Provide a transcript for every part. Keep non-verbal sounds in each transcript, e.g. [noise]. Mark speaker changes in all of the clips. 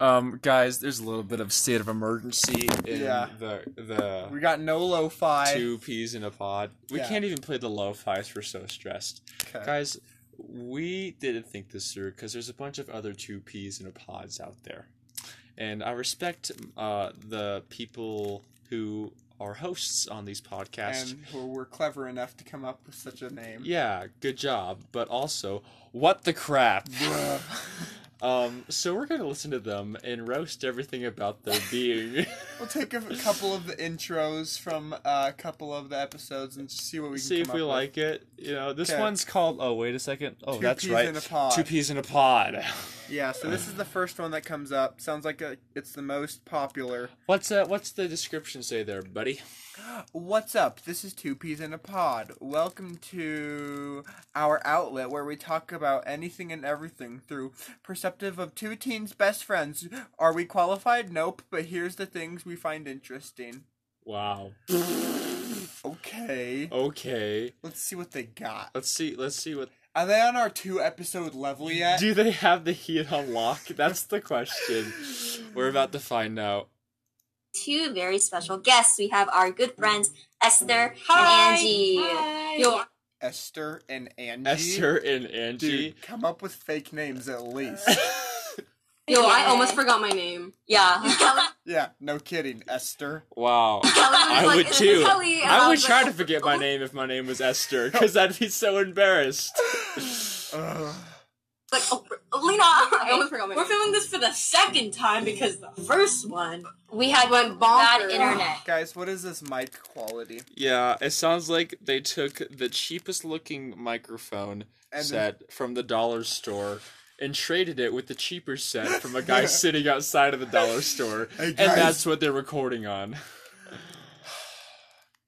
Speaker 1: Um, guys, there's a little bit of state of emergency in
Speaker 2: Yeah.
Speaker 1: the the
Speaker 2: We got no lo-fi.
Speaker 1: two peas in a pod. We
Speaker 2: Yeah.
Speaker 1: can't even play the low fives. We're so stressed,
Speaker 2: Okay.
Speaker 1: guys. We didn't think this through because there's a bunch of other two peas in a pods out there, and I respect uh, the people who are hosts on these podcasts.
Speaker 2: And who were clever enough to come up with such a name.
Speaker 1: yeah, good job. But also, what the crap?
Speaker 2: Bruh.
Speaker 1: Um, so we're gonna listen to them and roast everything about their
Speaker 2: [laughs]
Speaker 1: being. [laughs]
Speaker 2: We'll take a f- couple of the intros from uh, a couple of the episodes and just see what we can
Speaker 1: see
Speaker 2: come
Speaker 1: if we
Speaker 2: up
Speaker 1: like it. You know, this
Speaker 2: Okay.
Speaker 1: one's called. Oh, wait a second. Oh,
Speaker 2: Two
Speaker 1: that's
Speaker 2: peas
Speaker 1: right.
Speaker 2: in a pod.
Speaker 1: Two peas in a pod. [laughs]
Speaker 2: with. Yeah, so this is the first one that comes up. Sounds like a, it's the most popular.
Speaker 1: what's uh, What's the description say there, buddy?
Speaker 2: What's up? This is Two Peas in a Pod. Welcome to our outlet where we talk about anything and everything through perceptive of two teens' best friends. Are we qualified? Nope, but here's the things we find interesting.
Speaker 1: Wow.
Speaker 2: Okay.
Speaker 1: Okay.
Speaker 2: Let's see what they got.
Speaker 1: Let's see. Let's see what.
Speaker 2: Are they on our two episode level yet?
Speaker 1: Do they have the heat on lock? [laughs] That's the question. We're about to find out.
Speaker 3: two very special guests. We have our good friends Esther and Angie. You're-
Speaker 2: Esther and Angie.
Speaker 1: Esther and Angie.
Speaker 2: Dude, come up with fake names at
Speaker 1: [laughs]
Speaker 2: least.
Speaker 4: Yo, I
Speaker 3: Yeah.
Speaker 4: almost forgot my name. [laughs]
Speaker 3: [laughs] yeah.
Speaker 2: yeah, no kidding, Esther.
Speaker 1: wow. I
Speaker 3: I
Speaker 1: would too.
Speaker 3: Kelly, and
Speaker 1: I would
Speaker 3: was
Speaker 1: try
Speaker 3: like,
Speaker 1: to forget my name if my name was Esther, because I'd be so embarrassed.
Speaker 2: Ugh.
Speaker 3: like, oh, Lena, all [laughs]
Speaker 4: I almost
Speaker 3: right.
Speaker 4: forgot my
Speaker 5: We're
Speaker 4: name.
Speaker 5: filming this for the second time because the first one.
Speaker 3: we had
Speaker 4: Went
Speaker 3: bad
Speaker 4: bonkers.
Speaker 3: internet.
Speaker 2: Guys, what is this mic quality?
Speaker 1: Yeah, it sounds like they took the cheapest looking microphone
Speaker 2: And
Speaker 1: set from the dollar store and traded it with the cheaper set from a
Speaker 2: [laughs]
Speaker 1: guy sitting outside of the dollar store.
Speaker 2: Hey,
Speaker 1: and
Speaker 2: guys.
Speaker 1: that's what they're recording on.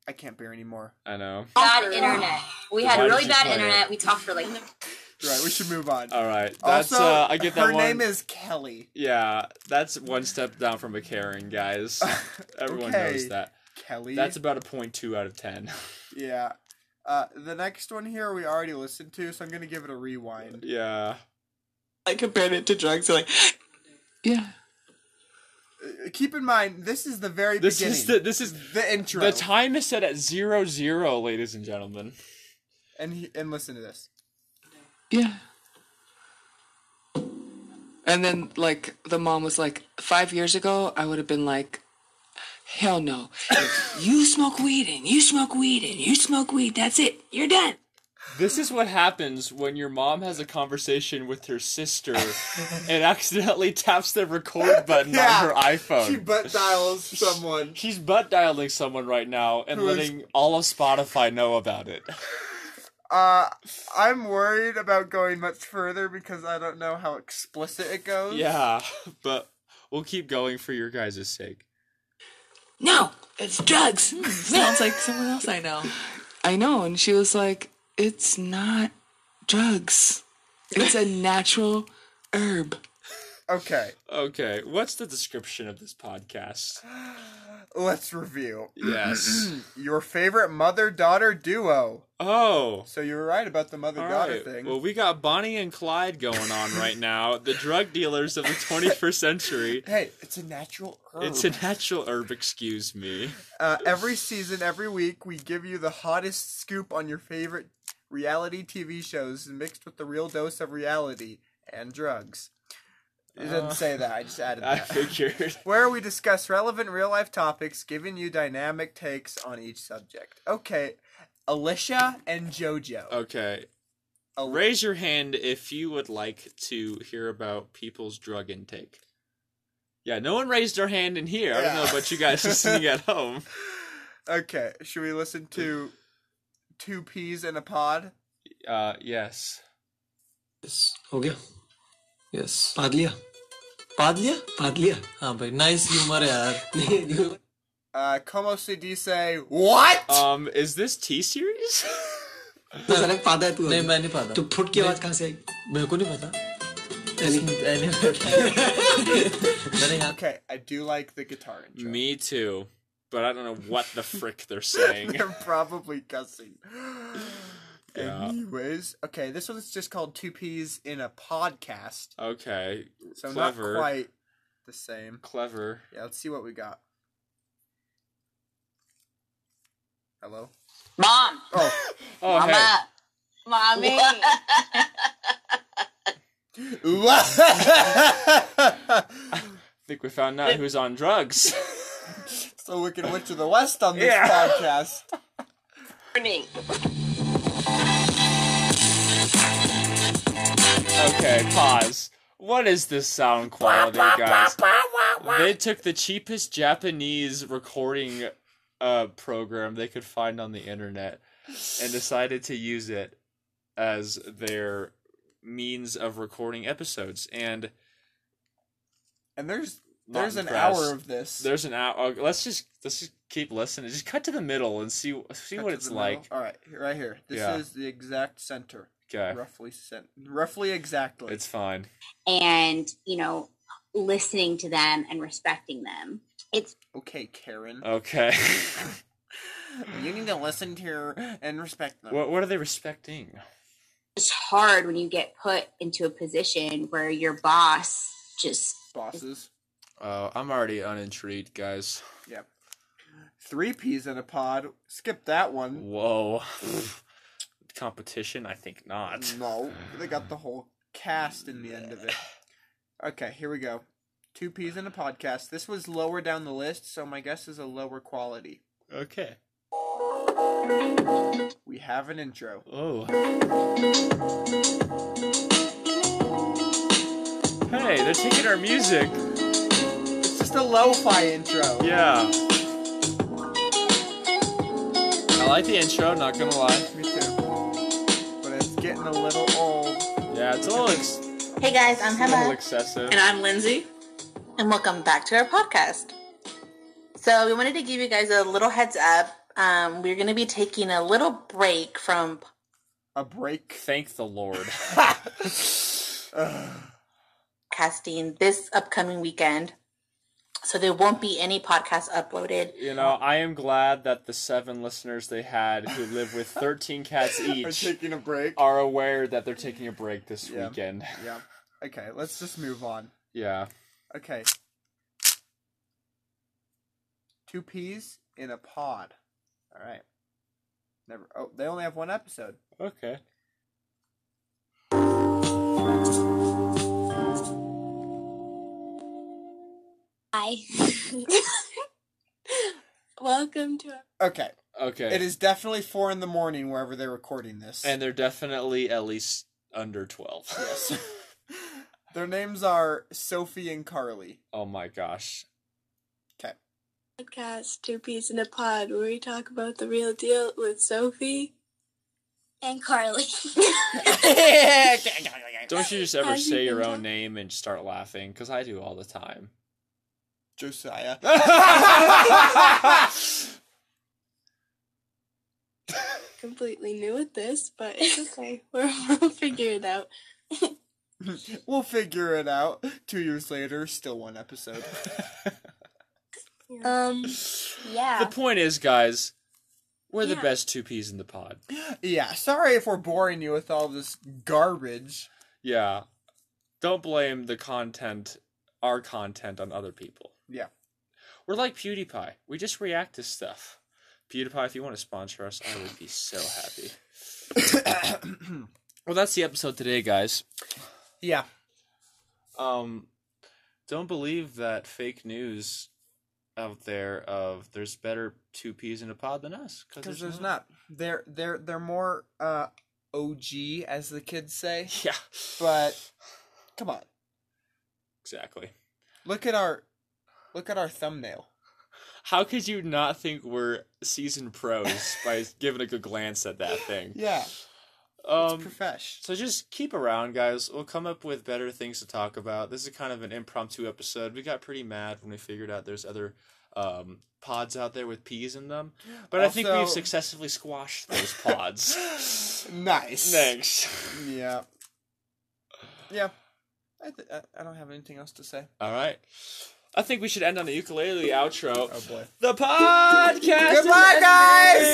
Speaker 2: I can't bear anymore.
Speaker 1: I know.
Speaker 3: Bad internet. We had
Speaker 1: Why did
Speaker 3: really
Speaker 1: you
Speaker 3: bad
Speaker 1: play it?
Speaker 3: internet. We talked for [laughs] like
Speaker 2: Right, we should move on.
Speaker 1: All right. That's
Speaker 2: also,
Speaker 1: uh I get that
Speaker 2: her
Speaker 1: one.
Speaker 2: name is Kelly.
Speaker 1: yeah, that's one step down from a Karen,
Speaker 2: [laughs]
Speaker 1: guys. Everyone
Speaker 2: Okay.
Speaker 1: knows that.
Speaker 2: Kelly.
Speaker 1: That's about a point two out of 10.
Speaker 2: yeah. Uh, the next one here we already listened to, so I'm gonna give it a rewind.
Speaker 1: [laughs] yeah.
Speaker 6: I compared it to drugs. Like, yeah,
Speaker 2: Uh, Keep in mind, this is the very
Speaker 1: This
Speaker 2: beginning.
Speaker 1: is the this is
Speaker 2: the intro.
Speaker 1: the time is set at zero zero, ladies and gentlemen.
Speaker 2: and he, and listen to this.
Speaker 6: yeah. And then, like, the mom was like, five years ago, I would have been like, hell no. [laughs] you smoke weed and you smoke weed and you smoke weed. That's it. You're done.
Speaker 1: This is what happens when your mom has a conversation with her
Speaker 2: [laughs]
Speaker 1: sister and accidentally taps the record button
Speaker 2: Yeah.
Speaker 1: on her iPhone.
Speaker 2: She butt dials someone.
Speaker 1: She's butt dialing someone right now and
Speaker 2: Who is-
Speaker 1: letting all of Spotify know about it. [laughs]
Speaker 2: Uh, I'm worried about going much further because I don't know how explicit it goes.
Speaker 1: Yeah, but we'll keep going for your guys' sake.
Speaker 6: No, it's drugs. Hmm, Sounds like someone else I know. I know. And she was like, it's not drugs, it's a natural herb.
Speaker 1: [laughs]
Speaker 2: Okay,
Speaker 1: Okay, what's the description of this podcast?
Speaker 2: let's review.
Speaker 1: Yes.
Speaker 2: [clears throat] Your favorite mother daughter duo.
Speaker 1: Oh.
Speaker 2: So you were right about the mother
Speaker 1: All
Speaker 2: daughter
Speaker 1: right.
Speaker 2: thing.
Speaker 1: Well, we got Bonnie and Clyde going on right now, the drug dealers of
Speaker 2: [laughs]
Speaker 1: the 21st century.
Speaker 2: hey, it's a natural herb.
Speaker 1: It's a natural herb, excuse me.
Speaker 2: uh, every season, every week, we give you the hottest scoop on your favorite reality TV shows mixed with the real dose of reality and drugs. It didn't
Speaker 1: Uh,
Speaker 2: say that. I just
Speaker 1: [laughs]
Speaker 2: added
Speaker 1: I
Speaker 2: that.
Speaker 1: figured. [laughs]
Speaker 2: where we discuss relevant real life topics, giving you dynamic takes on each subject. Okay, Alicia and JoJo.
Speaker 1: Okay.
Speaker 2: Al-
Speaker 1: Raise your hand if you would like to hear about people's drug intake. Yeah, no one raised their hand in here. I don't know
Speaker 2: Yeah.
Speaker 1: about you guys listening at home.
Speaker 2: Okay, should we listen to Two Peas in a Pod?
Speaker 1: Uh, yes.
Speaker 7: Yes हो गया yes बांध लिया बांध लिया बांध लिया हाँ भाई नाइस ह्यूमर है यार
Speaker 2: Uh, como se dice? What?
Speaker 1: Um, is this T series?
Speaker 7: तो सड़क पादा है तू नहीं मैं नहीं पादा तो फुट की आवाज कहाँ से आई मेरे को नहीं पता [laughs] मैंने यहाँ
Speaker 2: okay, I do like the guitar intro.
Speaker 1: [laughs] Me too. But I don't know what the frick they're
Speaker 2: [laughs]
Speaker 1: saying.
Speaker 2: [laughs] They're probably cussing.
Speaker 1: Yeah.
Speaker 2: Anyways, okay, this one's just called Two Peas in a Podcast,
Speaker 1: Okay.
Speaker 2: so
Speaker 1: Clever.
Speaker 2: not quite the same.
Speaker 1: Clever.
Speaker 2: Yeah, let's see what we got. Hello?
Speaker 8: Mom,
Speaker 2: Oh, [laughs]
Speaker 1: Oh, hey.
Speaker 8: Mama,
Speaker 5: Mommy.
Speaker 1: I think we found out who's on drugs.
Speaker 2: so Wicked Witch of the West on this
Speaker 1: Yeah.
Speaker 2: podcast.
Speaker 8: morning.
Speaker 1: okay, pause. What is this sound quality, guys? They took the cheapest Japanese recording uh, program they could find on the internet and decided to use it as their means of recording episodes. And
Speaker 2: And there's
Speaker 1: Not
Speaker 2: there's an
Speaker 1: impressed.
Speaker 2: hour of this.
Speaker 1: there's an hour. Let's just let's just keep listening. Just cut to the middle and see see
Speaker 2: Cut
Speaker 1: what
Speaker 2: to
Speaker 1: it's
Speaker 2: the middle.
Speaker 1: like.
Speaker 2: All right, here- right here. This
Speaker 1: Yeah.
Speaker 2: is the exact center,
Speaker 1: Okay,
Speaker 2: roughly cent- roughly exactly.
Speaker 1: it's fine.
Speaker 3: and, you know, listening to them and respecting them.
Speaker 2: okay, Karen.
Speaker 1: Okay. [laughs]
Speaker 2: you need to listen to her and respect them.
Speaker 1: what what are they respecting?
Speaker 3: It's hard when you get put into a position where your boss just
Speaker 2: Bosses.
Speaker 1: Uh, I'm already unintrigued, guys.
Speaker 2: Yep. Three peas in a pod. Skip that one.
Speaker 1: Whoa. [sighs] Competition? I think not.
Speaker 2: No, they got the whole cast in the end of it. Okay, here we go. Two peas in a podcast. This was lower down the list, so my guess is a lower quality.
Speaker 1: Okay.
Speaker 2: We have an intro.
Speaker 1: Oh. Hey, they're taking our music.
Speaker 2: It's just a lo-fi intro.
Speaker 1: Yeah. I like the intro, not gonna lie.
Speaker 2: Me too. But it's getting a little old.
Speaker 1: Yeah, it's a little, ex- it's
Speaker 8: Hey guys, I'm
Speaker 1: a little
Speaker 8: Hema,
Speaker 1: excessive.
Speaker 4: And I'm Lindsay.
Speaker 8: and welcome back to our podcast. So we wanted to give you guys a little heads up. Um, we're going to be taking a little break from
Speaker 2: A break.
Speaker 1: Thank the Lord.
Speaker 2: Ugh.
Speaker 8: podcasting this upcoming weekend. So there won't be any podcasts uploaded.
Speaker 1: [laughs] You know, I am glad that the seven listeners they had who live with 13 [laughs] cats
Speaker 2: [laughs] We're
Speaker 1: each
Speaker 2: taking a break.
Speaker 1: are aware that they're taking a break this
Speaker 2: Yeah.
Speaker 1: weekend.
Speaker 2: Yeah. Okay, let's just move on.
Speaker 1: Yeah.
Speaker 2: Okay. Two peas in a pod. All right. Never. Oh, they only have one episode.
Speaker 1: Okay.
Speaker 3: hi.
Speaker 4: [laughs] Welcome to our
Speaker 2: Okay.
Speaker 1: Okay.
Speaker 2: It is definitely four in the morning wherever they're recording this.
Speaker 1: and they're definitely at least under 12.
Speaker 2: yes. [laughs] Their names are Sophie and Carly.
Speaker 1: [laughs] oh my gosh.
Speaker 4: podcast, Two Peas in a Pod, where we talk about the real deal with Sophie.
Speaker 3: and Carly.
Speaker 1: [laughs] Don't you just ever
Speaker 4: As you
Speaker 1: say your
Speaker 4: can
Speaker 1: own
Speaker 4: tell.
Speaker 1: name and start laughing cuz I do all the [laughs] time.
Speaker 2: Josiah.
Speaker 4: [laughs]
Speaker 2: [laughs]
Speaker 4: Completely new at this, but it's okay. We're, we'll figure it out.
Speaker 2: we'll figure it out. Two years later, still one
Speaker 1: [laughs]
Speaker 2: episode.
Speaker 4: Um,
Speaker 1: The
Speaker 3: Yeah.
Speaker 1: point is, guys, we're the
Speaker 4: Yeah.
Speaker 1: best two peas in the pod.
Speaker 2: yeah, sorry if we're boring you with all this garbage. [coughs]
Speaker 1: Yeah. Don't blame the content, our content, on other people.
Speaker 2: Yeah.
Speaker 1: We're like PewDiePie. We just react to stuff. PewDiePie, if you want to sponsor us, I would be so happy. well, that's the episode today, guys.
Speaker 2: Yeah.
Speaker 1: Um, don't believe that fake news out there of there's better two peas in a pod than us
Speaker 2: Because there's not. They're they're they're more uh OG as the kids
Speaker 1: [laughs]
Speaker 2: say. [laughs]
Speaker 1: Yeah,
Speaker 2: But come on.
Speaker 1: exactly.
Speaker 2: Look at our look at our thumbnail.
Speaker 1: How could you not think we're seasoned pros [laughs] by giving a good glance at that thing?
Speaker 2: Yeah.
Speaker 1: Um,
Speaker 2: it's profesh.
Speaker 1: so just keep around, guys. We'll come up with better things to talk about. This is kind of an impromptu episode. We got pretty mad when we figured out there's other um, pods out there with peas in them, but I think we've
Speaker 2: Also-
Speaker 1: successfully squashed those [laughs] pods.
Speaker 2: Nice.
Speaker 1: Thanks.
Speaker 2: Yeah. Yeah. I, th- I- I don't have anything else to say.
Speaker 1: All right. I think we should end on the ukulele outro.
Speaker 2: boy.
Speaker 1: The podcast. is
Speaker 2: Goodbye, guys!
Speaker 1: ending!